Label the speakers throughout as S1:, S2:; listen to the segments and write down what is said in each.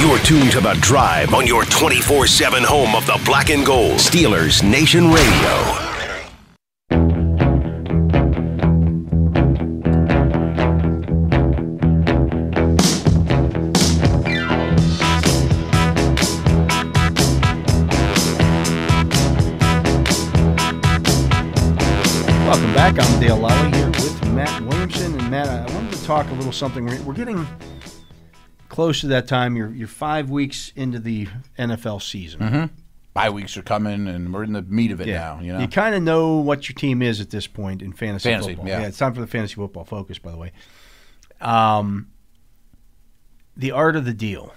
S1: You're tuned to The Drive on your 24 7 home of the black and gold. Steelers Nation Radio.
S2: Welcome back. I'm Dale Lally here with Matt Williamson. And Matt, I wanted to talk a little something. We're, we're getting close to that time. You're, you're five weeks into the NFL season.
S3: Bye weeks are coming, and we're in the meat of it now. Mm-hmm. You know,
S2: kind of know what your team is at this point in fantasy,
S3: Fantasy,
S2: football.
S3: yeah.
S2: it's time for the fantasy football focus, by the way. Um, the art of the deal.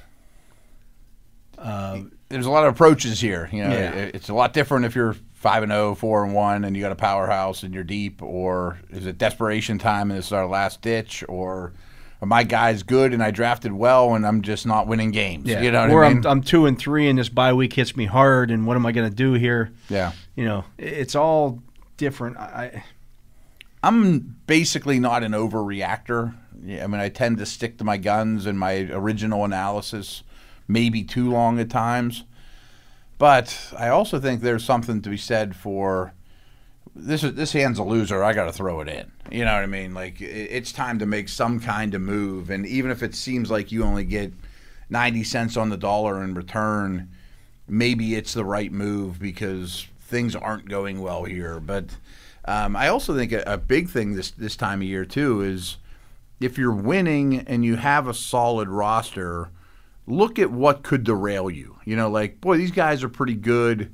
S3: there's a lot of approaches here. You know,
S2: Yeah.
S3: It- it's a lot different if you're five and oh, four and one, and you got a powerhouse and you're deep, or is it desperation time and this is our last ditch, or are my guy's good and I drafted well and I'm just not winning games. You know what
S2: or
S3: I mean?
S2: am I'm two and three, and this bye week hits me hard, and what am I going to do here?
S3: yeah.
S2: You know, i- it's all different. I,
S3: I'm basically not an overreactor. Yeah, I mean, I tend to stick to my guns and my original analysis, maybe too long at times. But I also think there's something to be said for this. Is, this hand's a loser. I got to throw it in. You know what I mean? Like i- it's time to make some kind of move, and even if it seems like you only get ninety cents on the dollar in return, maybe it's the right move because things aren't going well here. But um, I also think a, a big thing this this time of year too is if you're winning and you have a solid roster, look at what could derail you. You know, like boy, these guys are pretty good,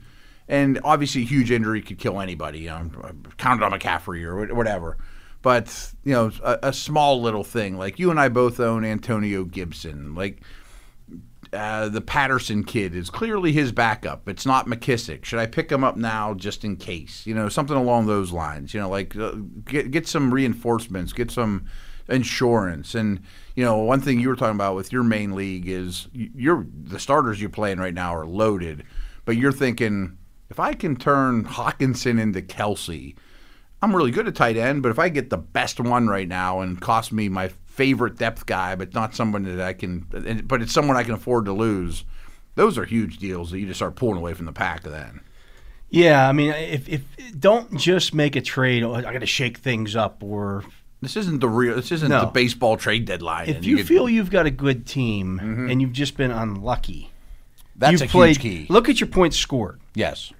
S3: and obviously a huge injury could kill anybody. You know, counted on McCaffrey or wh- whatever. But you know, a, a small little thing like you and I both own Antonio Gibson. Like uh, the Patterson kid is clearly his backup. It's not McKissick. Should I pick him up now just in case? You know, something along those lines. You know, like uh, get get some reinforcements, get some insurance, and you know, one thing you were talking about with your main league is y- you're the starters you're playing right now are loaded, but you're thinking if I can turn Hawkinson into Kelsey, I'm really good at tight end, but if I get the best one right now and cost me my favorite depth guy, but not someone that I can, and- but it's someone I can afford to lose, those are huge deals that you just start pulling away from the pack then.
S2: Yeah, I mean, if, if don't just make a trade. oh, I got to shake things up, or
S3: This isn't the real, this isn't
S2: No.
S3: the baseball trade deadline.
S2: if
S3: and
S2: you
S3: get-
S2: feel you've got a good team and you've just been unlucky,
S3: that's
S2: you've
S3: a
S2: played.
S3: huge key.
S2: Look at your points scored.
S3: yes.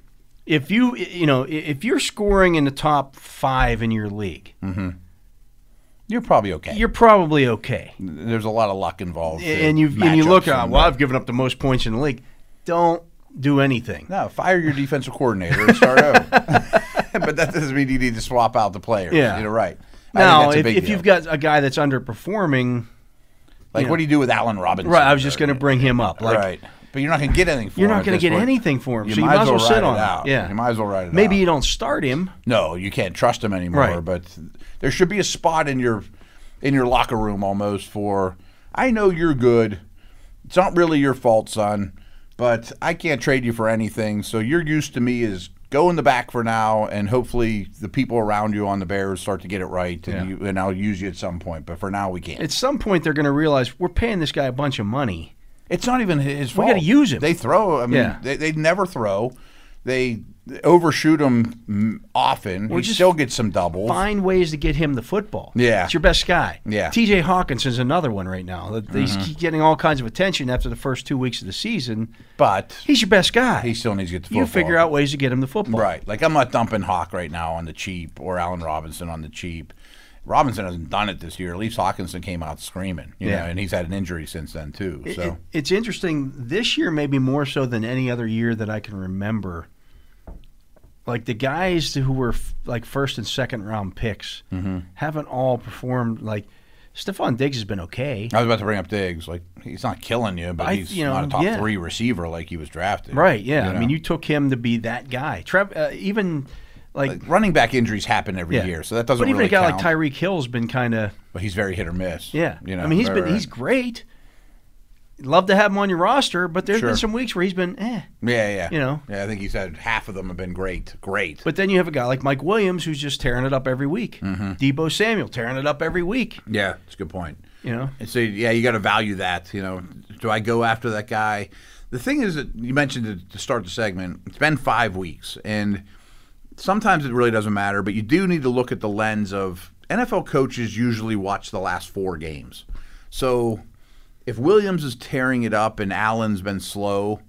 S2: If you you know i- if you're scoring in the top five in your league,
S3: Mm. You're probably okay.
S2: you're probably okay.
S3: There's a lot of luck involved.
S2: A- and you and you look at well, I've given up the most points in the league. Don't do anything.
S3: No, fire your defensive coordinator and start over. but that doesn't mean you need to swap out the players.
S2: Yeah.
S3: You're right. I think
S2: Now,
S3: that's a
S2: if,
S3: big
S2: if
S3: deal.
S2: you've got a guy that's underperforming,
S3: Like, what do you do with Allen Robinson?
S2: right? I was just going to bring him up. Like,
S3: right. But you're not going to get anything for
S2: You're
S3: him.
S2: not
S3: at
S2: going to
S3: this
S2: get
S3: point.
S2: anything for him,
S3: You
S2: so you
S3: might
S2: might
S3: as
S2: as well
S3: well
S2: sit
S3: ride
S2: on
S3: it
S2: him.
S3: out.
S2: Yeah,
S3: You might as well ride it
S2: Maybe
S3: out.
S2: you don't start him.
S3: No, you can't trust him anymore.
S2: Right.
S3: But there should be a spot in your in your locker room almost for I know you're good. It's not really your fault, son, but I can't trade you for anything. So your use to me is go in the back for now, and hopefully the people around you on the Bears start to get it right, and, you, and I'll use you at some point. But for now, we can't.
S2: At some point, they're going to realize we're paying this guy a bunch of money.
S3: It's not even his
S2: We
S3: fault.
S2: gotta use him.
S3: They throw. I mean,
S2: Yeah.
S3: they, they never throw. They overshoot him mm, often.
S2: We're
S3: He
S2: just
S3: still gets some doubles.
S2: Find ways to get him the football.
S3: Yeah.
S2: it's your best guy.
S3: Yeah. Mm-hmm.
S2: T.J. Hawkinson's another one right now. that- that He's keep getting all kinds of attention after the first two weeks of the season.
S3: But
S2: He's your best guy.
S3: he still needs to get the football.
S2: you figure out ways to get him the football.
S3: Right. Like I'm not dumping Hawk right now on the cheap or Allen Robinson on the cheap. Robinson hasn't done it this year. At least Hawkinson came out screaming, you
S2: Yeah.
S3: know, and he's had an injury since then too.
S2: It-
S3: So
S2: it- it's interesting. This year, maybe more so than any other year that I can remember. Like the guys who were f- like first and second round picks
S3: Mm-hmm.
S2: haven't all performed. Like Stephon Diggs has been okay,
S3: I was about to bring up Diggs. Like he's not killing you, but
S2: I-
S3: he's
S2: you know,
S3: not a top
S2: yeah.
S3: three receiver like he was drafted.
S2: right? Yeah, I
S3: know?
S2: mean, you took him to be that guy. Trev, uh, even like,
S3: Like, running back injuries happen every
S2: yeah.
S3: year, so that doesn't.
S2: But even
S3: really
S2: a guy
S3: count.
S2: like Tyreek Hill's been kind of
S3: but he's very hit or miss.
S2: yeah.
S3: you know.
S2: I mean, he's
S3: right,
S2: been
S3: right.
S2: he's great. Love to have him on your roster, but there's
S3: Sure.
S2: been some weeks where he's been eh.
S3: yeah, yeah.
S2: you know.
S3: yeah. I think he's had half of them have been great, great.
S2: But then you have a guy like Mike Williams who's just tearing it up every week.
S3: Mm-hmm.
S2: Debo Samuel tearing it up every week.
S3: yeah, it's a good point.
S2: You know,
S3: And so yeah, you got to value that. You know, Do I go after that guy? The thing is that you mentioned it to start the segment, it's been five weeks, and sometimes it really doesn't matter, but you do need to look at the lens of NFL coaches usually watch the last four games. So if Williams is tearing it up and Allen's been slow,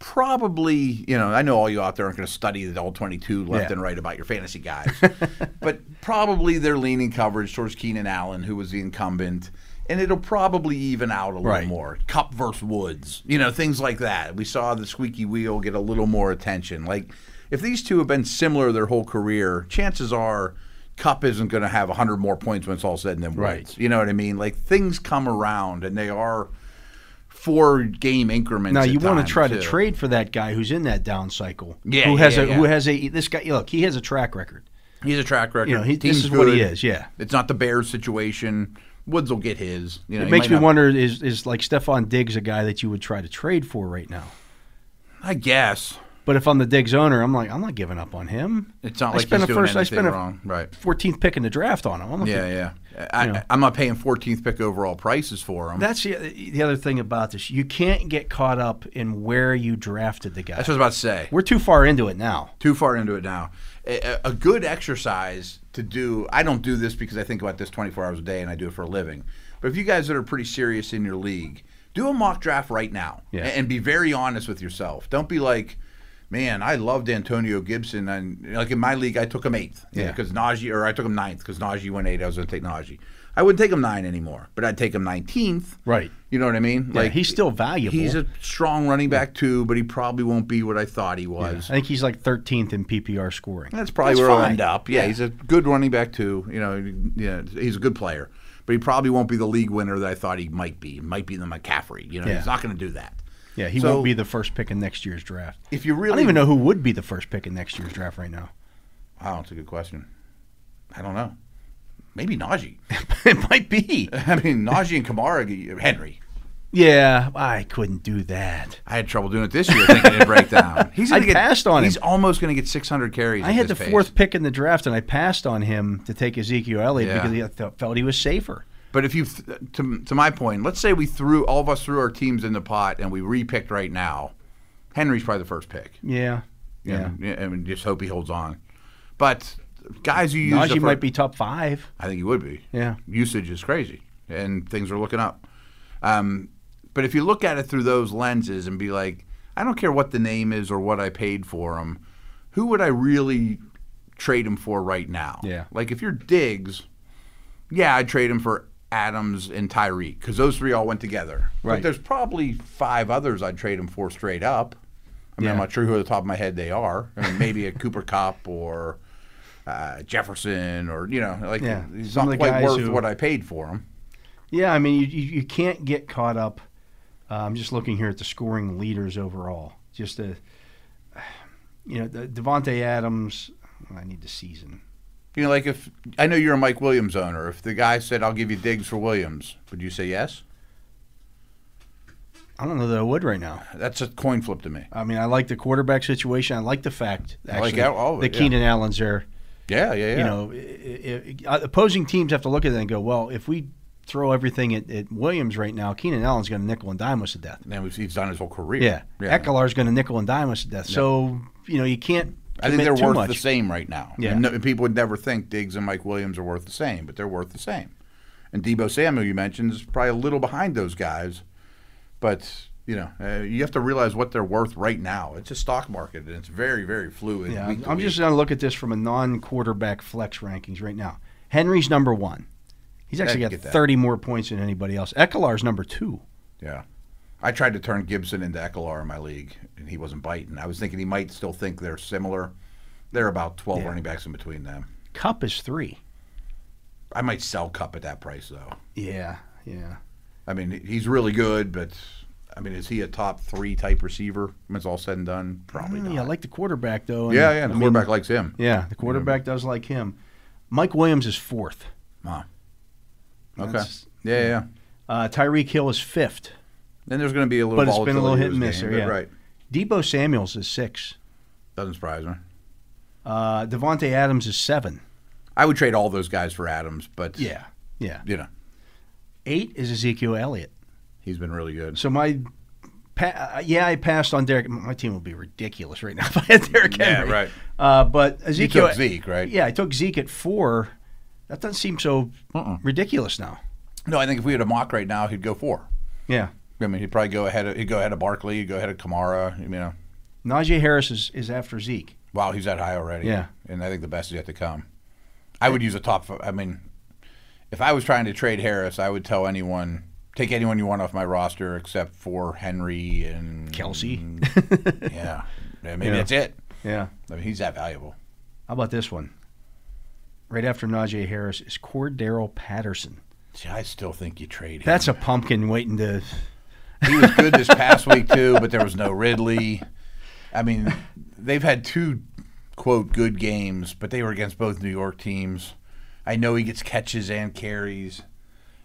S3: probably, you know, I know all you out there aren't going to study the all 22 left
S2: Yeah.
S3: and right about your fantasy guys, but probably they're leaning coverage towards Keenan Allen, who was the incumbent. And it'll probably even out a little
S2: Right.
S3: more. Cup versus Woods, you know, things like that. We saw the squeaky wheel get a little more attention. Like, if these two have been similar their whole career, chances are Cup isn't going to have 100 more points when it's all said and done.
S2: Right.
S3: Woods. You know what I mean? Like, things come around and they are four game increments.
S2: Now
S3: at
S2: you want
S3: times,
S2: to try to
S3: too.
S2: trade for that guy who's in that down cycle.
S3: Yeah,
S2: who
S3: yeah,
S2: has
S3: yeah,
S2: a
S3: yeah.
S2: who has a this guy? Look, he has a track record.
S3: He's a track record.
S2: You know, he, this
S3: Team's
S2: is what he
S3: good.
S2: is. Yeah.
S3: It's not the Bears situation. Woods will get his. You know,
S2: It
S3: he
S2: makes
S3: might
S2: me
S3: not-
S2: wonder is is like Stefan Diggs a guy that you would try to trade for right now?
S3: I guess
S2: But if I'm the Diggs owner, I'm like I'm not giving up on him.
S3: it's not
S2: I
S3: like
S2: spent
S3: he's
S2: a
S3: doing
S2: first- I
S3: anything
S2: spent a-
S3: wrong. Right.
S2: 14th pick in the draft on him. I'm not
S3: Yeah,
S2: gonna-
S3: yeah. I,
S2: You know.
S3: I, I'm not paying 14th pick overall prices for him.
S2: That's the, the other thing about this. You can't get caught up in where you drafted the guy.
S3: That's what I was about to say.
S2: We're too far into it now.
S3: too far into it now. A, a- a good exercise to do. I don't do this because I think about this 24 hours a day and I do it for a living. But if you guys that are pretty serious in your league, do a mock draft right now
S2: Yeah.
S3: and, and be very honest with yourself. Don't be like, man, I loved Antonio Gibson. And like in my league, I took him eighth
S2: Yeah.
S3: because Najee, or I took him ninth because Najee went eight. I was going to take Najee. I wouldn't take him nine anymore, but I'd take him 19th.
S2: Right.
S3: You know what I mean?
S2: Yeah, he's still valuable.
S3: He's a strong running back too, but he probably won't be what I thought he
S2: I
S3: was.
S2: think he's like 13th in PPR scoring.
S3: That's probably where he'll
S2: fine.
S3: end up. Yeah, he's a good running back too. You know, yeah, he's a good player, but he probably won't be the league winner that I thought he might be. He might be the McCaffrey. You know,
S2: Yeah.
S3: he's not going to do that.
S2: Yeah, he
S3: So-
S2: won't be the first pick in next year's draft.
S3: If you
S2: I
S3: really,
S2: don't even know who would be the first pick in next year's draft right now.
S3: Oh, that's a good question. I don't know. Maybe Najee.
S2: it might be.
S3: I mean, Najee and Kamara, Henry.
S2: Yeah, I couldn't do that.
S3: I had trouble doing it this year, thinking it'd break down. He's gonna
S2: I passed on him.
S3: He's almost going to get 600 carries.
S2: I
S3: at
S2: had the
S3: this pace.
S2: fourth pick in the draft, and I passed on him to take Ezekiel Elliott
S3: Yeah.
S2: because he th- felt he was safer.
S3: But if you, th- to, to my point, let's say we threw all of us threw our teams in the pot and we repicked right now. Henry's probably the first pick.
S2: Yeah, yeah.
S3: And, and just hope he holds on. But guys who use the
S2: Najee
S3: fir-
S2: might be top five.
S3: I think he would be.
S2: Yeah.
S3: Usage is crazy, and things are looking up. Um, but if you look at it through those lenses and be like, I don't care what the name is or what I paid for him, who would I really trade him for right now?
S2: Yeah.
S3: Like if you're Diggs, yeah, I'd trade him for Adams and Tyreek because those three all went together. But
S2: Right.
S3: there's probably five others I'd trade him for straight up. I mean, I'm
S2: Yeah.
S3: not sure who at the top of my head they are. I mean, maybe a Cooper Cup or uh, Jefferson or, you know, like
S2: Yeah.
S3: he's
S2: Some of
S3: not
S2: the
S3: quite
S2: guys
S3: worth
S2: who-
S3: what I paid for him.
S2: Yeah, I mean, you, you, you can't get caught up. Uh, I'm just looking here at the scoring leaders overall. Just a, you know, the Devonte Adams. oh, I need the season.
S3: You know, like if I know you're a Mike Williams owner, if the guy said, I'll give you Diggs for Williams, would you say yes?
S2: I don't know that I would right now.
S3: That's a coin flip to me.
S2: I mean, I like the quarterback situation. I like the fact
S3: I like
S2: actually
S3: all- all of
S2: the
S3: it, yeah.
S2: Keenan Allen's there.
S3: Yeah, yeah, yeah.
S2: You know, i- i- i- opposing teams have to look at that and go, well, if we throw everything at, at Williams right now, Keenan Allen's going to nickel and dime us to death.
S3: and he's done his whole career.
S2: Yeah,
S3: yeah.
S2: Ekelar's going to nickel and dime us to death. So you know, you can't.
S3: I think
S2: commit
S3: they're
S2: too
S3: worth
S2: much.
S3: the same right now.
S2: Yeah.
S3: And no- people would never think Diggs and Mike Williams are worth the same, but they're worth the same. And Debo Samuel, you mentioned, is probably a little behind those guys, but you know, uh, you have to realize what they're worth right now. It's a stock market, and it's very, very fluid.
S2: Yeah,
S3: week to
S2: I'm
S3: week.
S2: just going to look at this from a non-quarterback flex rankings right now. Henry's number one. He's actually got
S3: can get that.
S2: 30 more points than anybody else. Ekelar's number two.
S3: yeah. I tried to turn Gibson into Ekelar in my league, and he wasn't biting. I was thinking he might still think they're similar. They're about 12
S2: Yeah.
S3: running backs in between them.
S2: Cup is three.
S3: I might sell Cup at that price though.
S2: Yeah, yeah.
S3: I mean, he's really good, but I mean, is he a top three type receiver? When it's all said and done, probably
S2: Mm,
S3: not.
S2: yeah, I like the quarterback though. and-
S3: yeah, yeah. The
S2: I mean,
S3: quarterback likes him.
S2: yeah, the quarterback does like him. Mike Williams is fourth.
S3: Huh. Okay.
S2: That's-
S3: yeah, yeah, yeah.
S2: Uh, Tyreek Hill is fifth.
S3: Then there's going to be a little.
S2: But it's been a little
S3: volatility
S2: hit and
S3: to
S2: miss
S3: his game,
S2: there,
S3: but
S2: yeah.
S3: Right.
S2: Debo Samuel's is six.
S3: Doesn't surprise me.
S2: Uh, Devonte Adams is seven.
S3: I would trade all those guys for Adams, but
S2: Yeah, yeah.
S3: you know,
S2: Eight is Ezekiel Elliott.
S3: He's been really good.
S2: So my, pa- uh, yeah, I passed on Derek. My team would be ridiculous right now if I had Derek
S3: Yeah,
S2: Henry.
S3: right.
S2: Uh, but Ezekiel
S3: took Zeke, right?
S2: Yeah, I took Zeke at four. That doesn't seem so
S3: Uh-uh.
S2: ridiculous now.
S3: No, I think if we had a mock right now, he'd go four.
S2: Yeah,
S3: I mean, he'd probably go ahead. Of, he'd go ahead of Barkley. He'd go ahead of Kamara. You know,
S2: Najee Harris is, is after Zeke.
S3: wow, he's that high already.
S2: Yeah.
S3: and I think the best is yet to come. I would use a top. f- I mean, if I was trying to trade Harris, I would tell anyone take anyone you want off my roster except for Henry and
S2: Kelsey.
S3: Mm. yeah, I mean
S2: Yeah.
S3: that's it.
S2: Yeah.
S3: I mean, he's that valuable.
S2: How about this one? Right after Najee Harris is Cordero Patterson.
S3: See, I still think you trade him.
S2: That's a pumpkin waiting to.
S3: he was good this past week too, but there was no Ridley. I mean, they've had two quote good games, but they were against both New York teams. I know he gets catches and carries.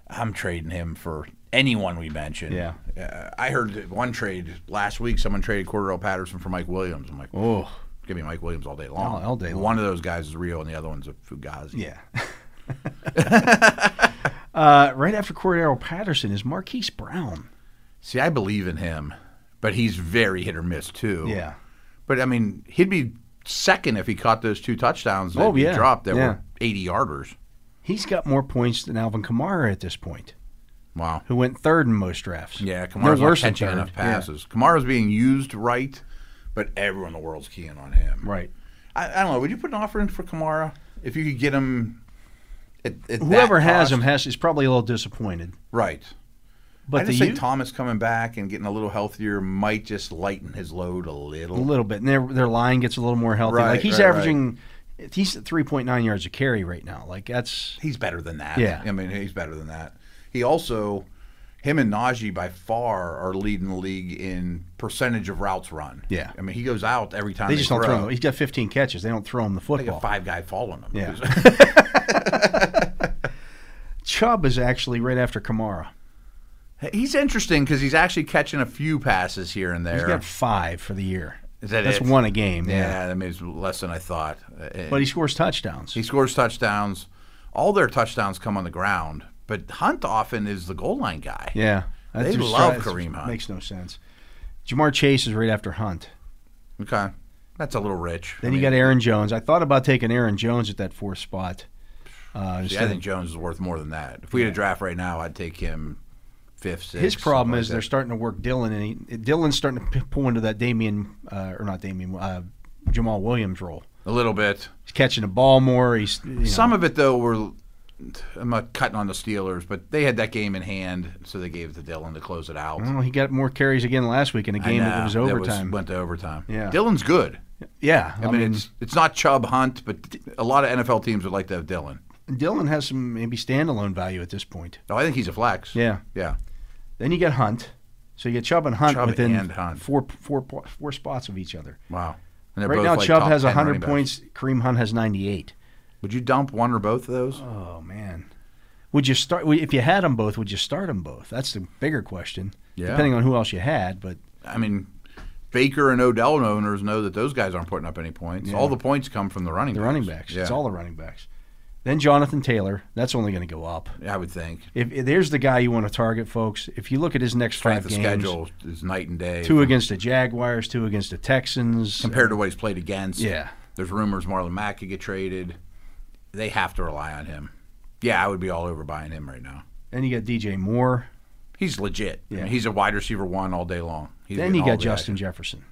S3: I'm trading him for anyone we mentioned.
S2: Yeah.
S3: Uh, I heard that one trade last week. Someone traded Cordell Patterson for Mike Williams. I'm like,
S2: Oh,
S3: give me Mike Williams all day long.
S2: Oh, all day long.
S3: One of those guys is real, and the other one's a fugazi.
S2: yeah. uh, right after Cordero Patterson is Marquise Brown.
S3: See, I believe in him, but he's very hit or miss too.
S2: Yeah.
S3: But I mean, he'd be second if he caught those two touchdowns that
S2: Oh,
S3: he
S2: yeah.
S3: dropped that
S2: Yeah.
S3: were 80 yarders.
S2: He's got more points than Alvin Kamara at this point,
S3: Wow.
S2: who went third in most drafts.
S3: Yeah,
S2: They're
S3: Kamara's not
S2: worse than
S3: catching
S2: third.
S3: enough
S2: Yeah.
S3: passes. Kamara's being used right, but everyone in the world's keying on him.
S2: Right.
S3: I, I don't know. Would you put an offer in for Kamara if you could get him? At, at that
S2: Whoever has
S3: cost?
S2: him has is probably a little disappointed.
S3: right.
S2: But
S3: I
S2: the
S3: just think
S2: youth-
S3: Thomas coming back and getting a little healthier might just lighten his load
S2: a
S3: a little.
S2: little bit, and their their line gets a little more healthy.
S3: Right,
S2: like he's
S3: right, right.
S2: averaging, he's at three point nine yards a carry right now. Like that's
S3: He's better than that.
S2: Yeah.
S3: I mean, he's better than that. He also, him and Najee by far are leading the league in percentage of routes run.
S2: Yeah.
S3: I mean, he goes out every time.
S2: they just don't throw him.
S3: He's
S2: He's got 15 catches. They don't throw him the
S3: like a
S2: football.
S3: five guy following him.
S2: Yeah. Chubb is actually right after Kamara.
S3: he's interesting because he's actually catching a few passes here and
S2: He's
S3: there.
S2: got five for the year.
S3: Is that
S2: That's
S3: it?
S2: one a game. Yeah.
S3: yeah, I mean, it's less than I thought. Uh,
S2: But he scores touchdowns.
S3: He scores touchdowns. All their touchdowns come on the ground, but Hunt often is the goal line guy.
S2: yeah. That
S3: They
S2: just
S3: love
S2: drives-
S3: Kareem Hunt.
S2: Makes no sense. Jamar Chase is right after Hunt.
S3: Okay. That's a little rich.
S2: Then
S3: I
S2: you
S3: mean,
S2: got Aaron Jones. I thought about taking Aaron Jones at that fourth spot. Uh,
S3: See,
S2: instead
S3: I
S2: of-
S3: think Jones is worth more than that. If we had a draft right now, I'd take him fifth, sixth.
S2: His problem
S3: something
S2: is
S3: like
S2: they're starting to work Dylan, and he, Dylan's starting to p- pull into that Damian, uh, or not Damian, uh, Jamal Williams role.
S3: that. a little bit.
S2: He's catching the ball more. He's you know,
S3: Some of it though were I'm not cutting on the Steelers, but they had that game in hand, so they gave it to Dylan to close it out.
S2: Well, he got more carries again last week in a
S3: I
S2: Mm-hmm. game that
S3: know,
S2: was overtime.
S3: went to overtime.
S2: Yeah.
S3: Dylan's good.
S2: yeah,
S3: I, mean, it's it's not Chubb Hunt, but a lot of NFL teams would like to have Dylan.
S2: Dylan has some maybe standalone value at this point.
S3: No, I think he's a flex.
S2: Yeah.
S3: yeah.
S2: Then you get Hunt. So you get Chubb and Hunt
S3: Chubb
S2: within
S3: and Hunt.
S2: Four, four, po- four spots of each other.
S3: Wow. And they're
S2: Right
S3: both,
S2: now,
S3: like,
S2: Chubb
S3: top
S2: has
S3: 10 running
S2: 100
S3: backs.
S2: points. Kareem Hunt has 98.
S3: Would you dump one or both of those?
S2: Oh, man. Would you start if you had them both? Would you start them both? That's the bigger question.
S3: Yeah.
S2: Depending on who else you had, but
S3: I mean, Baker and Odell owners know that those guys aren't putting up any points.
S2: Yeah.
S3: All the points come from the running
S2: the
S3: backs.
S2: running backs.
S3: Yeah,
S2: It's all the running backs. Then Jonathan Taylor. That's only going to go up.
S3: I would think.
S2: If, if there's the guy you want to target, folks. If you look at his next
S3: Strength
S2: five
S3: of
S2: games,
S3: schedule is night and day.
S2: two against the Jaguars, two against the Texans.
S3: compared to what he's played against.
S2: Yeah.
S3: There's rumors Marlon Mack could get traded. They have to rely on him. Yeah, I would be all over buying him right now.
S2: Then you got DJ Moore.
S3: He's legit. I
S2: Yeah.
S3: mean, he's a wide receiver one all day long. He's
S2: then
S3: getting
S2: you
S3: all
S2: got
S3: the
S2: Justin Jefferson.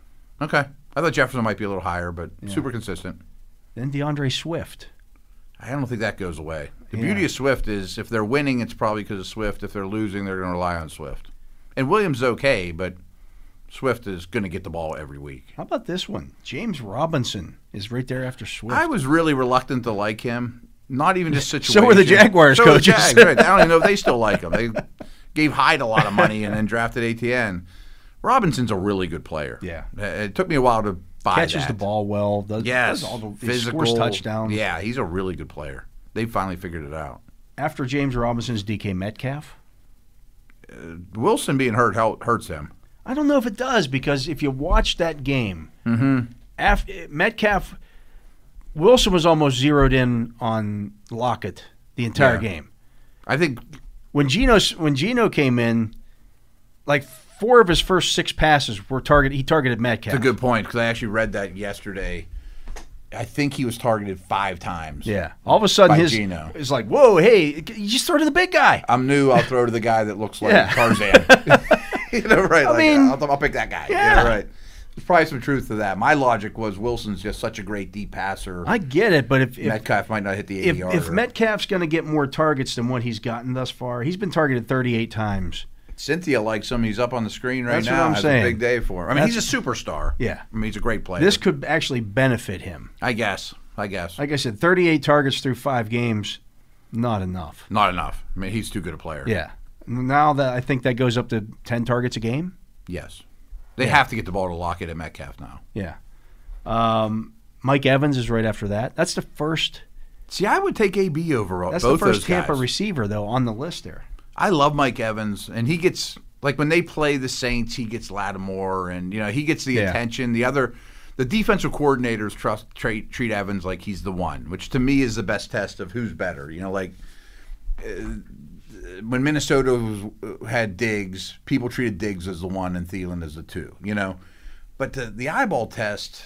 S3: action. Okay. I thought Jefferson might be a little higher, but super consistent.
S2: Then DeAndre Swift.
S3: I don't think that goes away. The
S2: Yeah.
S3: beauty of Swift is if they're winning, it's probably because of Swift. If they're losing, they're going to rely on Swift. And Williams is okay, but Swift is going to get the ball every week.
S2: How about this one? James Robinson is right there after Swift.
S3: I was really reluctant to like him. Not even just situation.
S2: So were the Jaguars
S3: So were the
S2: coaches.
S3: Jags, right. I don't even know if they still like him. They gave Hyde a lot of money and then drafted ATN. Robinson's a really good player.
S2: Yeah.
S3: Uh, It took me a while to buy
S2: Catches
S3: that.
S2: the ball well. Does,
S3: Yes.
S2: does all the, he
S3: Physical.
S2: Scores touchdowns.
S3: Yeah, he's a really good player. They finally figured it out.
S2: After James Robinson's DK Metcalf.
S3: Wilson being hurt hel- hurts him.
S2: I don't know if it does because if you watch that game,
S3: Mm-hmm.
S2: af- Metcalf, Wilson was almost zeroed in on Lockett the entire
S3: Yeah.
S2: game.
S3: I think
S2: When Gino when Gino came in, like four of his first six passes were targeted. He targeted Metcalf.
S3: That's a good point because I actually read that yesterday. I think he was targeted five times.
S2: Yeah. All of a sudden,
S3: By
S2: his
S3: Geno.
S2: is like, whoa, hey, you just throw to the big guy.
S3: I'm new. I'll throw to the guy that looks like
S2: Yeah.
S3: Tarzan. you know, right? like,
S2: mean-
S3: I'll, I'll pick that guy.
S2: Yeah.
S3: right. There's probably some truth to that. My logic was Wilson's just such a great deep passer.
S2: I get it, but if if,
S3: Metcalf might not hit the 80
S2: if,
S3: yarder.
S2: if Metcalf's going to get more targets than what he's gotten thus far, he's been targeted 38 times.
S3: Cynthia likes him. He's up on the screen right
S2: That's what
S3: now.
S2: I'm
S3: Has
S2: saying.
S3: a big day for him. I mean, he's a superstar.
S2: Yeah.
S3: I mean, he's a great player.
S2: This could actually benefit him.
S3: I guess. I guess.
S2: Like I said, 38 targets through five games, not enough.
S3: not enough. I mean, he's too good a player.
S2: Yeah. Now that I think that goes up to 10 targets a game.
S3: Yes. They have to get the ball to Lockett and Metcalf now.
S2: Yeah. Um, Mike Evans is right after that. That's the first.
S3: See, I would take AB over all-
S2: That's
S3: both
S2: the first
S3: those
S2: Tampa
S3: guys.
S2: receiver though on the list there.
S3: I love Mike Evans, and he gets like when they play the Saints, he gets Lattimore, and you know he gets the
S2: Yeah.
S3: attention. The other, the defensive coordinators trust treat, treat Evans like he's the one, which to me is the best test of who's better. You know, like uh, when Minnesota was, uh, had Diggs, people treated Diggs as the one and Thielen as the two. You know, but the, the eyeball test.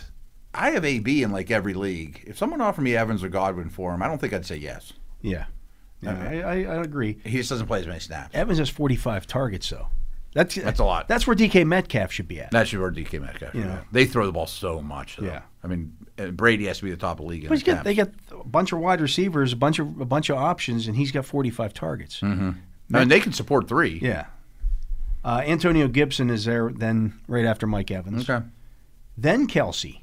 S3: I have AB in like every league. If someone offered me Evans or Godwin for him, I don't think I'd say yes.
S2: Yeah. I, I, I agree.
S3: He just doesn't play as many snaps.
S2: Evans has 45 targets though. That's
S3: That's a lot.
S2: That's where DK Metcalf should be at.
S3: That should be where DK Metcalf.
S2: Yeah.
S3: Yeah. They throw the ball so much. Though.
S2: Yeah.
S3: I mean, uh, Brady has to be the top of the league. In
S2: But he's got,
S3: attempts.
S2: they got a bunch of wide receivers, a bunch of a bunch of options, and he's got 45 targets.
S3: Mm. I mean, they can support three.
S2: Yeah. Uh, Antonio Gibson is there then right after Mike Evans.
S3: Okay.
S2: Then Kelsey.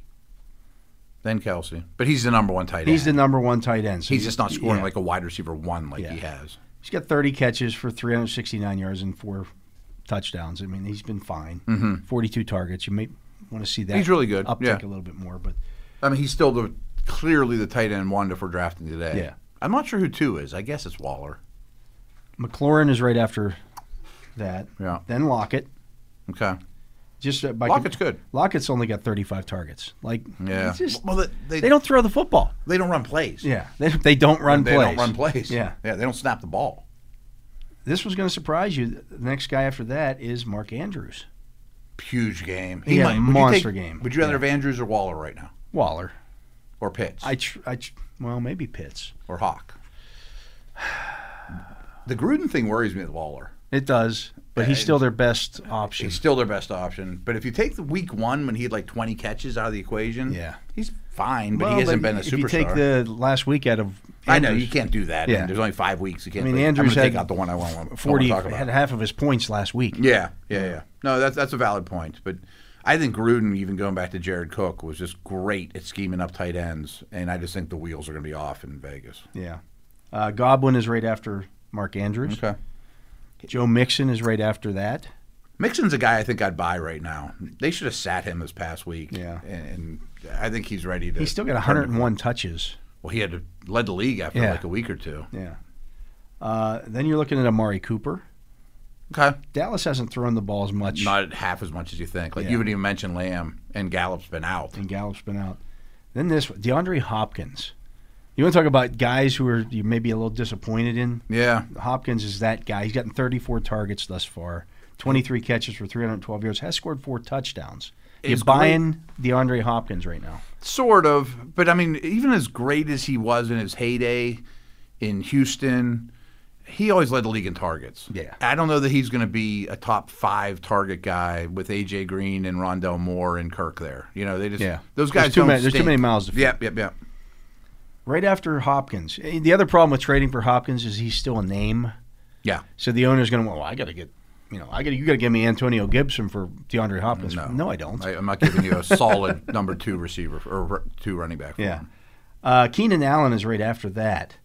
S3: Then Kelsey, but he's the number one tight end.
S2: He's the number one tight end. so
S3: He's
S2: he-
S3: just not scoring
S2: yeah.
S3: like a wide receiver one like he
S2: Yeah.
S3: has.
S2: He's got 30 catches for 369 yards and four touchdowns. I mean, he's been fine. 42 targets. You may want to see that.
S3: Mm-hmm. He's really good,
S2: Uptick
S3: yeah.
S2: a little bit more, but
S3: I mean, he's still the clearly the tight end one if we're drafting today.
S2: Yeah.
S3: I'm not sure who two is. I guess it's Waller.
S2: McLaurin is right after that.
S3: Yeah.
S2: Then Lockett.
S3: Okay.
S2: Just uh, by
S3: Lockett's good.
S2: Lockett's only got 35 targets. Like,
S3: Yeah.
S2: it's just
S3: well, they, they,
S2: they
S3: don't
S2: don't throw the football.
S3: they don't run plays.
S2: Yeah, they, they don't run
S3: They
S2: plays.
S3: don't run plays.
S2: Yeah.
S3: Yeah. They don't snap the ball.
S2: This was going to surprise you. The next guy after that is Mark Andrews.
S3: Huge game.
S2: Yeah,
S3: would you
S2: monster game.
S3: Would you rather
S2: Yeah.
S3: have Andrews or Waller right now,
S2: Waller.
S3: or Pitts?
S2: I, tr- I tr- well, maybe Pitts.
S3: or Hawk. The Gruden thing worries me with Waller.
S2: It does, but he's still their best option.
S3: He's still their best option, but if you take the week one when he had like 20 catches out of the equation,
S2: Yeah.
S3: he's fine, but
S2: Well,
S3: he hasn't been a
S2: If you
S3: superstar.
S2: take the last week out of,
S3: I know
S2: Andrews,
S3: you can't do that.
S2: Yeah.
S3: There's only five weeks. You
S2: I
S3: can't.
S2: mean,
S3: but I'm
S2: Andrews
S3: gonna
S2: had
S3: take out the one I want. want- want to
S2: forty
S3: talk about.
S2: had half of his points last week.
S3: Yeah, yeah, yeah. No, that's that's a valid point. But I think Gruden, even going back to Jared Cook, was just great at scheming up tight ends, and I just think the wheels are going to be off in Vegas.
S2: Yeah, uh, Goblin is right after Mark Andrews.
S3: Okay.
S2: Joe Mixon is right after that.
S3: Mixon's a guy I think I'd buy right now. They should have sat him this past week.
S2: Yeah.
S3: and, and I think he's ready to.
S2: He's still got 101 touches.
S3: Well, he had to led the league after
S2: Yeah.
S3: like a week or two.
S2: Yeah. Uh, then you're looking at Amari Cooper.
S3: Okay,
S2: Dallas hasn't thrown the ball as much,
S3: not half as much as you think. Like
S2: Yeah.
S3: you haven't even mentioned Lamb and Gallup's been out.
S2: and Gallup's been out. Then this DeAndre Hopkins. You want to talk about guys who are you maybe a little disappointed in?
S3: Yeah,
S2: Hopkins is that guy. He's gotten 34 targets thus far, 23 catches for 312 yards, has scored four touchdowns.
S3: It's
S2: You're buying DeAndre Hopkins right now.
S3: sort of. But I mean, even as great as he was in his heyday in Houston, he always led the league in targets.
S2: Yeah.
S3: I don't know that he's going to be a top five target guy with AJ Green and Rondell Moore and Kirk there. You know, they just
S2: Yeah. There's
S3: those guys
S2: too
S3: don't
S2: many- there's too
S3: stink.
S2: many miles to fill.
S3: Yep, yep, yep.
S2: Right after Hopkins. Eh, The other problem with trading for Hopkins is he's still a name.
S3: Yeah.
S2: So the owner's going to, well, I got to get, you know, I got to you got to give me Antonio Gibson for DeAndre Hopkins. No, I don't.
S3: I, am not giving you a solid number two receiver or r- two running back. for
S2: yeah.
S3: him.
S2: Uh, Keenan Allen is right after that.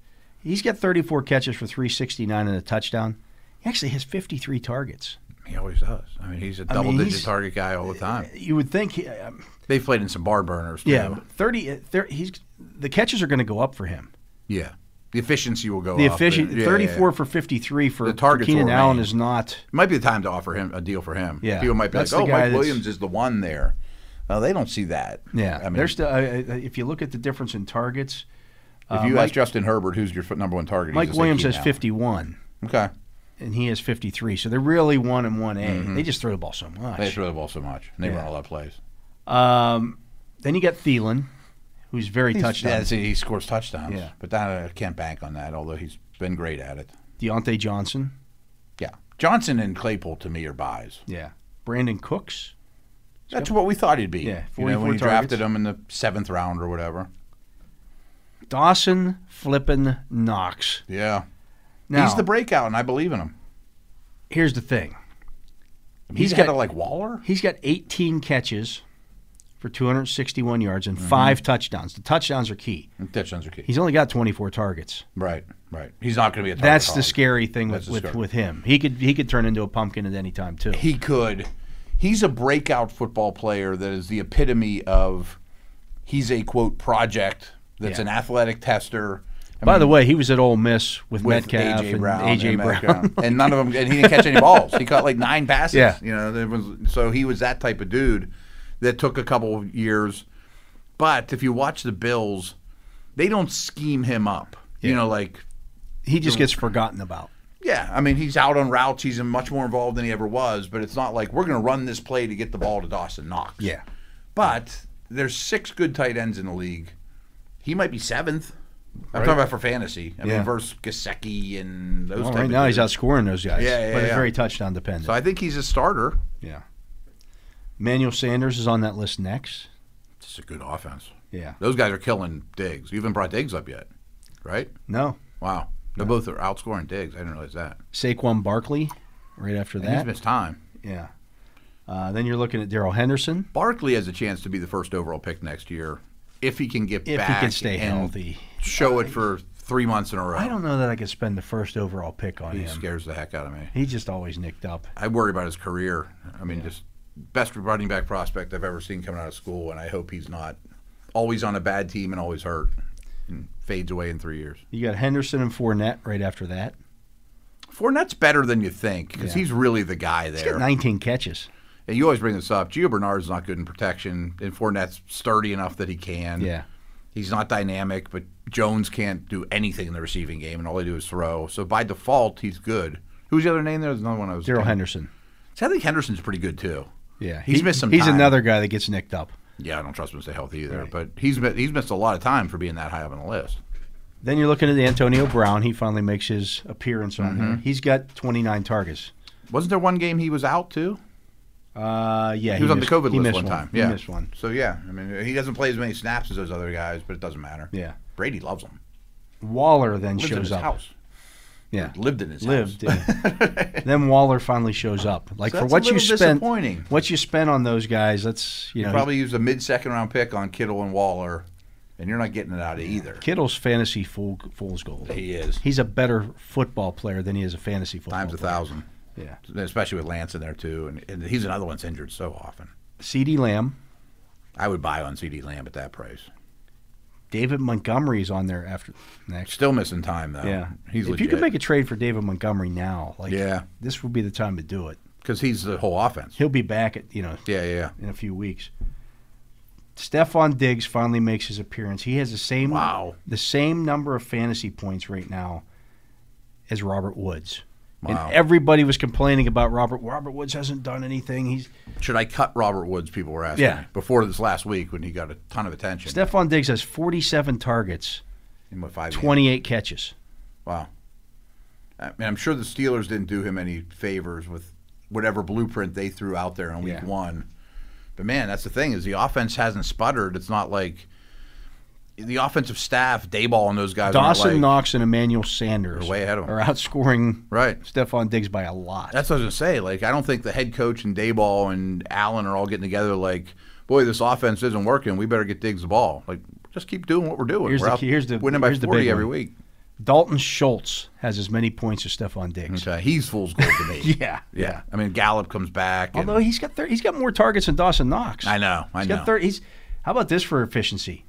S2: He's got 34 catches for 369 and a touchdown. He actually has 53 targets.
S3: he always does. I mean, he's a
S2: mean,
S3: double digit
S2: he's-
S3: target guy all the time.
S2: You would think, he, um,
S3: They've played in some barn burners. Too.
S2: yeah, 30, uh, 30 he's, the catches are going to go up for him.
S3: yeah. The efficiency will go
S2: The
S3: up.
S2: efficient
S3: Yeah, yeah, yeah.
S2: 34 for 53 for,
S3: The
S2: for
S3: targets
S2: Keenan
S3: will
S2: Allen
S3: remain.
S2: is not.
S3: It might be the time to offer him a deal for him.
S2: Yeah.
S3: people might be
S2: That's the
S3: like, "Oh,
S2: guy
S3: Mike
S2: that's-
S3: Williams is the one there." No, they don't see that.
S2: Yeah,
S3: I mean,
S2: there's the, uh, uh, if you look at the difference in targets,
S3: if you ask Justin Herbert, who's your f- number one target? he's
S2: uh, Mike
S3: gonna say
S2: Williams
S3: Keenan
S2: has
S3: Allen.
S2: 51.
S3: Okay,
S2: and he has 53. So they're really one and one A.
S3: Mm-hmm.
S2: They just throw the ball so much.
S3: They throw the ball so much. And they
S2: Yeah.
S3: run a lot of plays.
S2: Um, then you got Thielen, who's very touchdown.
S3: Yeah, see, he scores touchdowns.
S2: Yeah.
S3: But that, I can't bank on that, although he's been great at it.
S2: Deontay Johnson.
S3: Yeah. Johnson and Claypool, to me, are buys.
S2: Yeah. Brandon Cooks.
S3: That's what we thought he'd be.
S2: Yeah,
S3: You know,
S2: 44
S3: when you drafted
S2: targets.
S3: him in the seventh round or whatever.
S2: Dawson flippin' Knox.
S3: Yeah.
S2: Now,
S3: He's the breakout, and I believe in him.
S2: here's the thing.
S3: he's
S2: had-
S3: got a like Waller.
S2: He's got 18 catches for 261 yards
S3: Mm-hmm.
S2: and five touchdowns. The touchdowns are key.
S3: Touchdowns are key.
S2: He's only got 24 targets.
S3: right, right. He's not going to be a. target
S2: That's the
S3: hog.
S2: scary thing
S3: That's
S2: with,
S3: the
S2: with,
S3: scary-
S2: with him. He could he could turn into a pumpkin at any time too.
S3: He could. He's a breakout football player that is the epitome of. He's a quote project that's
S2: Yeah.
S3: an athletic tester. I
S2: By
S3: mean,
S2: the way, he was at Ole Miss with,
S3: with
S2: Metcalf
S3: AJ
S2: and
S3: Brown,
S2: AJ
S3: and
S2: Brown.
S3: Metcalf. and none of them, and he didn't catch any balls. He caught like nine passes.
S2: Yeah.
S3: you know, there was so he was that type of dude that took a couple of years. But if you watch the Bills, they don't scheme him up. You know, like
S2: He just gets forgotten about.
S3: yeah, I mean he's out on routes. He's much more involved than he ever was. But it's not like we're going to run this play to get the ball to Dawson Knox.
S2: Yeah.
S3: but there's six good tight ends in the league. He might be seventh. I'm talking about for fantasy. I
S2: Yeah.
S3: mean, versus Gasecki and those.
S2: Well,
S3: type
S2: right
S3: of
S2: now he's
S3: dudes.
S2: outscoring those guys.
S3: Yeah, yeah,
S2: but it's
S3: yeah.
S2: very touchdown dependent.
S3: So I think he's a starter.
S2: yeah. Manuel Sanders is on that list next.
S3: It's a good offense.
S2: Yeah.
S3: Those guys are killing Diggs. You haven't brought Diggs up yet, right?
S2: No.
S3: Wow. They both are outscoring Diggs. I didn't realize that.
S2: Saquon Barkley right after
S3: And he's
S2: that.
S3: missed time.
S2: Yeah. Uh, then you're looking at Daryl Henderson.
S3: Barkley has a chance to be the first overall pick next year if he can get
S2: If
S3: back
S2: he can stay
S3: and
S2: healthy.
S3: Show it for three months in a row.
S2: I don't know that I could spend the first overall pick on
S3: He
S2: him.
S3: scares the heck out of me.
S2: He's just always nicked up.
S3: I worry about his career. I mean, just best running back prospect I've ever seen coming out of school, and I hope he's not always on a bad team and always hurt and fades away in three years.
S2: You got Henderson and Fournette right after that.
S3: Fournette's better than you think because he's really the guy
S2: He's got
S3: there.
S2: 19 catches.
S3: And you always bring this up. Gio Bernard's not good in protection, and Fournette's sturdy enough that he can.
S2: Yeah.
S3: He's not dynamic, but Jones can't do anything in the receiving game, and all they do is throw. So by default, he's good. Who's the other name there? There's another one I was.
S2: Daryl
S3: thinking.
S2: Henderson.
S3: See, I think Henderson's pretty good too.
S2: Yeah.
S3: He's missed some
S2: He's
S3: time.
S2: another guy that gets nicked up.
S3: Yeah, I don't trust him to stay healthy either, but he's mi- he's missed a lot of time for being that high up on the list.
S2: Then you're looking at Antonio Brown. He finally makes his appearance on
S3: Mm-hmm.
S2: there. He's got 29 targets.
S3: Wasn't there one game he was out too?
S2: Uh, yeah,
S3: He, was on
S2: missed-
S3: the COVID
S2: he
S3: list
S2: missed
S3: one time.
S2: He
S3: yeah,
S2: missed one.
S3: So yeah, I mean, he doesn't play as many snaps as those other guys, but it doesn't matter.
S2: Yeah.
S3: Brady loves him.
S2: Waller then
S3: Lives in
S2: shows
S3: his
S2: up.
S3: house.
S2: Yeah,
S3: Lived in his
S2: lived.
S3: house.
S2: yeah. then Waller finally shows up. Like
S3: So
S2: for
S3: that's
S2: what
S3: a
S2: you
S3: little
S2: spent,
S3: disappointing.
S2: what you spent on those guys. That's you know,
S3: Probably used a mid-second round pick on Kittle and Waller, and you're not getting it out of either.
S2: Kittle's fantasy fool, fool's gold.
S3: He is
S2: He's a better football player than he is a fantasy football.
S3: times a
S2: player.
S3: thousand,
S2: Yeah,
S3: especially with Lance in there too, and, and he's another one's injured so often.
S2: C.D. Lamb,
S3: I would buy on C.D. Lamb at that price.
S2: David Montgomery's on there after next.
S3: Still missing time though.
S2: Yeah,
S3: Oh, he's
S2: if
S3: legit.
S2: you could make a trade for David Montgomery now, like
S3: Yeah.
S2: this would be the time to do it.
S3: because he's the whole offense.
S2: He'll be back at you know
S3: Yeah, yeah, yeah.
S2: in a few weeks. Stefan Diggs finally makes his appearance. He has the same
S3: Wow.
S2: the same number of fantasy points right now as Robert Woods.
S3: Wow.
S2: And everybody was complaining about Robert. Robert Woods hasn't done anything. He's
S3: Should I cut Robert Woods? People were asking.
S2: Yeah.
S3: me, before this last week when he got a ton of attention.
S2: Stefan Diggs has 47 targets,
S3: in what five? games.
S2: 28 catches.
S3: Wow. I mean, I'm sure the Steelers didn't do him any favors with whatever blueprint they threw out there in week
S2: Yeah.
S3: one. But man, that's the thing is the offense hasn't sputtered. It's not like the offensive staff, Dayball, and those guys. aren't
S2: Dawson
S3: like-
S2: Knox and Emmanuel Sanders
S3: They're way ahead of him.
S2: are outscoring
S3: Right.
S2: Stefan Diggs by a lot.
S3: That's what I was gonna say. Like, I don't think the head coach and Dayball and Allen are all getting together. Like, boy, this offense isn't working. We better get Diggs the ball. Like, just keep doing what we're doing.
S2: Here's
S3: we're
S2: the
S3: out
S2: key- here's the-
S3: winning by
S2: here's the
S3: forty
S2: big
S3: every
S2: one.
S3: week.
S2: Dalton Schultz has as many points as Stefan Diggs.
S3: Okay, Uh, he's fool's gold to me.
S2: Yeah.
S3: yeah. I mean, Gallup comes back. and-
S2: Although he's got thir- he's got more targets than Dawson Knox.
S3: I know, I
S2: He's
S3: know.
S2: got thir- he's how about this for efficiency?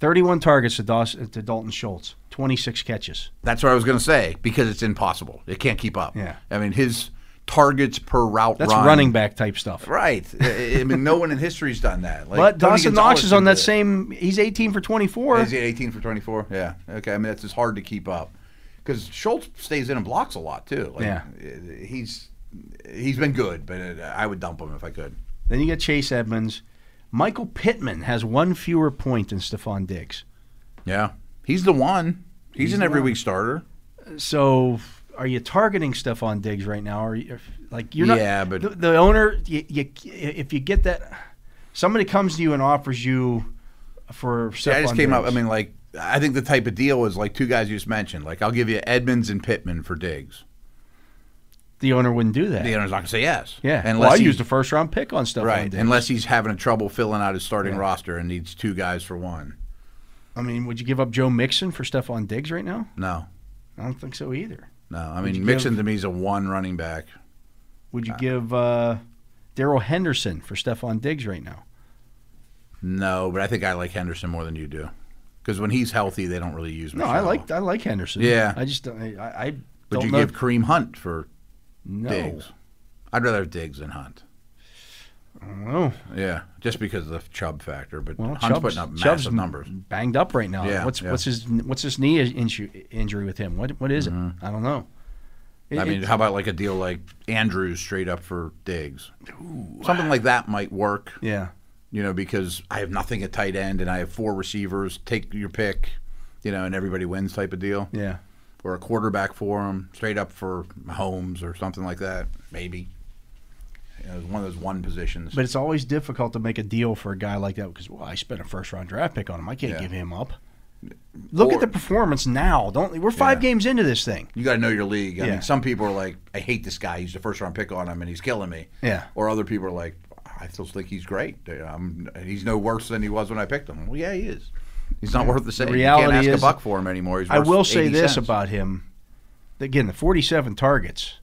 S2: Thirty-one targets to Dawson to Dalton Schultz, twenty-six catches.
S3: that's what I was gonna say because it's impossible. It can't keep up.
S2: Yeah.
S3: I mean, his targets per route
S2: That's
S3: run-
S2: running back type stuff.
S3: Right. I I mean, no one in history's done that. Like,
S2: But
S3: Tony
S2: Dawson
S3: Gonzalez
S2: Knox is on
S3: can do
S2: that
S3: it.
S2: same. He's eighteen for twenty-four.
S3: Is he at 18 for 24? Yeah. Okay. I mean, that's just hard to keep up. because Schultz stays in and blocks a lot too. Like,
S2: Yeah.
S3: eh, he's he's been good, but uh I would dump him if I could.
S2: Then you got Chase Edmonds. Michael Pittman has one fewer point than Stephon Diggs.
S3: Yeah, he's the one. He's,
S2: He's
S3: an
S2: the
S3: every
S2: one.
S3: week starter.
S2: So are you targeting Stephon Diggs right now? Or you, like you're not?
S3: Yeah, but-
S2: the, the owner. You, you, if you get that, somebody comes to you and offers you for Stephon.
S3: Yeah, I just came up. I
S2: Diggs.
S3: mean, like, I think the type of deal is like two guys you just mentioned. Like, I'll give you Edmonds and Pittman for Diggs.
S2: the owner wouldn't do that.
S3: The owner's not gonna say yes.
S2: yeah,
S3: unless
S2: well, I
S3: he-
S2: used a first round pick on Stephon
S3: right,
S2: Diggs.
S3: unless he's having trouble filling out his starting roster and needs two guys for one.
S2: I mean, would you give up Joe Mixon for Stephon Diggs right now?
S3: No,
S2: I don't think so either.
S3: no. I
S2: you
S3: mean,
S2: give-
S3: Mixon to me is a one running back.
S2: Would you give uh, Daryl Henderson for Stephon Diggs right now?
S3: No, but I think I like Henderson more than you do, because when he's healthy, they don't really use.
S2: No,
S3: Michelle.
S2: I like I like Henderson.
S3: Yeah.
S2: I just don't- I I, I don't
S3: But you
S2: know.
S3: give Kareem Hunt for
S2: no,
S3: Diggs. I'd rather have Diggs than Hunt.
S2: I don't know.
S3: Yeah, just because of the Chubb factor. But
S2: Well,
S3: Hunt's
S2: Chubb's,
S3: putting up massive
S2: Chubb's
S3: numbers.
S2: banged up right now.
S3: Yeah,
S2: what's
S3: yeah.
S2: what's his what's his knee inju- injury with him? What what is it? I don't know. It-
S3: Mm-hmm. I mean,
S2: it-
S3: how about like a deal like Andrews straight up for Diggs? Something like that might work,
S2: yeah.
S3: you know, because I have nothing at tight end and I have four receivers. Take your pick, you know, and everybody wins type of deal.
S2: Yeah.
S3: Or a quarterback for him, straight up for Holmes or something like that, maybe. You know, one of those one positions.
S2: But it's always difficult to make a deal for a guy like that because well, I spent a first round draft pick on him. I can't
S3: Yeah.
S2: give him up. Look
S3: Or-
S2: at the performance now. Don't we're five
S3: Yeah.
S2: games into this thing.
S3: you got to know your league. I
S2: Yeah.
S3: mean, some people are like, I hate this guy. He's the first round pick on him, and he's killing me.
S2: Yeah.
S3: Or other people are like, I still think he's great. I'm, he's no worse than he was when I picked him. Well, yeah, he is. He's not worth the same. you
S2: reality
S3: can't ask
S2: is-
S3: a buck for him anymore. He's
S2: I
S3: worth
S2: will say
S3: 80
S2: this
S3: cents.
S2: about him. Again, the 47 targets.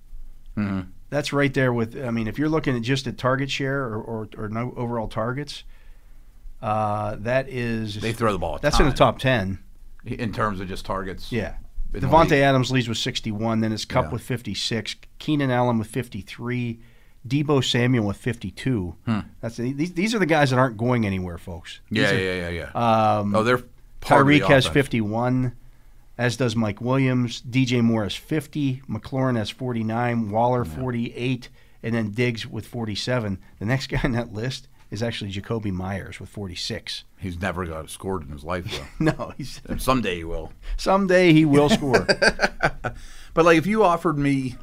S3: Mm-hmm.
S2: That's right there with. I mean, if you're looking at just at target share or, or, or no overall targets, uh, that is
S3: they throw the ball. a
S2: that's in the
S3: ton
S2: top 10.
S3: in terms of just targets.
S2: Yeah.
S3: In the
S2: Devontae
S3: league.
S2: Adams leads with 61. Then it's Cup
S3: Yeah.
S2: with 56. Keenan Allen with 53. Debo Samuel with 52. That's these, these are the guys that aren't going anywhere, folks. These
S3: Hmm. Yeah,
S2: are-
S3: yeah, yeah, yeah. Um, oh, they're part of the
S2: Tyreek has
S3: offense.
S2: 51, as does Mike Williams. DJ Moore has 50. McLaurin has 49. Waller 48, and then Diggs with 47. The next guy on that list is actually Jacoby Myers with 46.
S3: He's never got scored in his life though.
S2: No, he's
S3: And someday he will.
S2: someday he will score.
S3: But like, if you offered me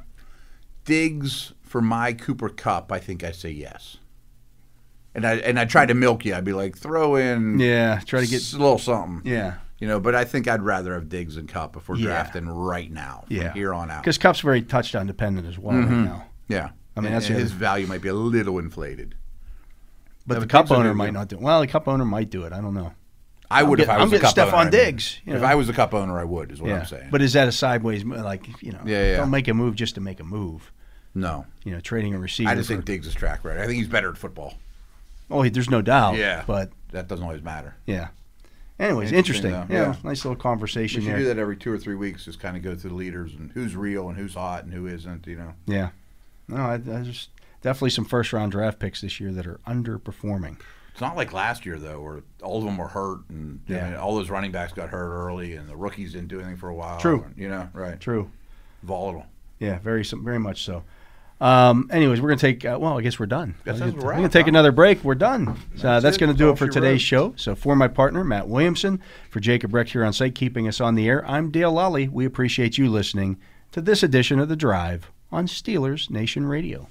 S3: Diggs for my Cooper Cup, I think I'd say yes. And I and I try to milk you. I'd be like, throw in
S2: yeah, try to get
S3: s- a little something.
S2: yeah.
S3: You know, but I think I'd rather have Diggs and Cup if we're
S2: Yeah.
S3: drafting right now. From
S2: Yeah.
S3: Here on out.
S2: Because Cup's very touchdown dependent as well
S3: Mm-hmm.
S2: right now.
S3: Yeah.
S2: I mean,
S3: And-
S2: that's
S3: and
S2: the
S3: his
S2: other-
S3: value might be a little inflated.
S2: But
S3: Yeah,
S2: the
S3: but
S2: Cup
S3: Diggs will
S2: owner
S3: do
S2: might
S3: good.
S2: not do it. Well, the Cup owner might do it. I don't know.
S3: I would if
S2: getting-
S3: I was
S2: I'm
S3: the
S2: getting
S3: cup owner.
S2: Stephon
S3: I mean.
S2: Diggs, you
S3: If
S2: know.
S3: I was the cup owner, I would. Is what
S2: yeah.
S3: I'm saying.
S2: But is that a sideways mo- like you know?
S3: Yeah, yeah.
S2: Don't make a move just to make a move.
S3: no,
S2: You know, trading a receiver.
S3: I just think
S2: for-
S3: Diggs is track record. I think he's better at football.
S2: Oh, there's no doubt.
S3: Yeah.
S2: But
S3: That doesn't always matter.
S2: yeah. Anyways,
S3: Interesting,
S2: interesting.
S3: though.
S2: Yeah,
S3: Yeah.
S2: nice little
S3: We
S2: conversation
S3: should
S2: there.
S3: do that every two or three weeks. Just kind of go through the leaders and who's real and who's hot and who isn't. You know.
S2: Yeah. No, I, I just definitely some first round draft picks this year that are underperforming.
S3: It's not like last year though, where all of them were hurt and you
S2: Yeah.
S3: know, all those running backs got hurt early, and the rookies didn't do anything for a while.
S2: True.
S3: and, you know, right?
S2: True.
S3: Volatile.
S2: Yeah, very some- very much so. Um, anyways, we're gonna take. Uh, well, I guess we're done.
S3: That
S2: We're
S3: sounds
S2: gonna-
S3: a
S2: we're
S3: wrap,
S2: gonna take
S3: huh?
S2: another break. We're done. So uh,
S3: That's
S2: that's
S3: it.
S2: gonna do
S3: That's all
S2: it for
S3: she
S2: today's
S3: wrote.
S2: show. So for my partner Matt Williamson, for Jacob Rex here on site, keeping us on the air. I'm Dale Lally. We appreciate you listening to this edition of the Drive on Steelers Nation Radio.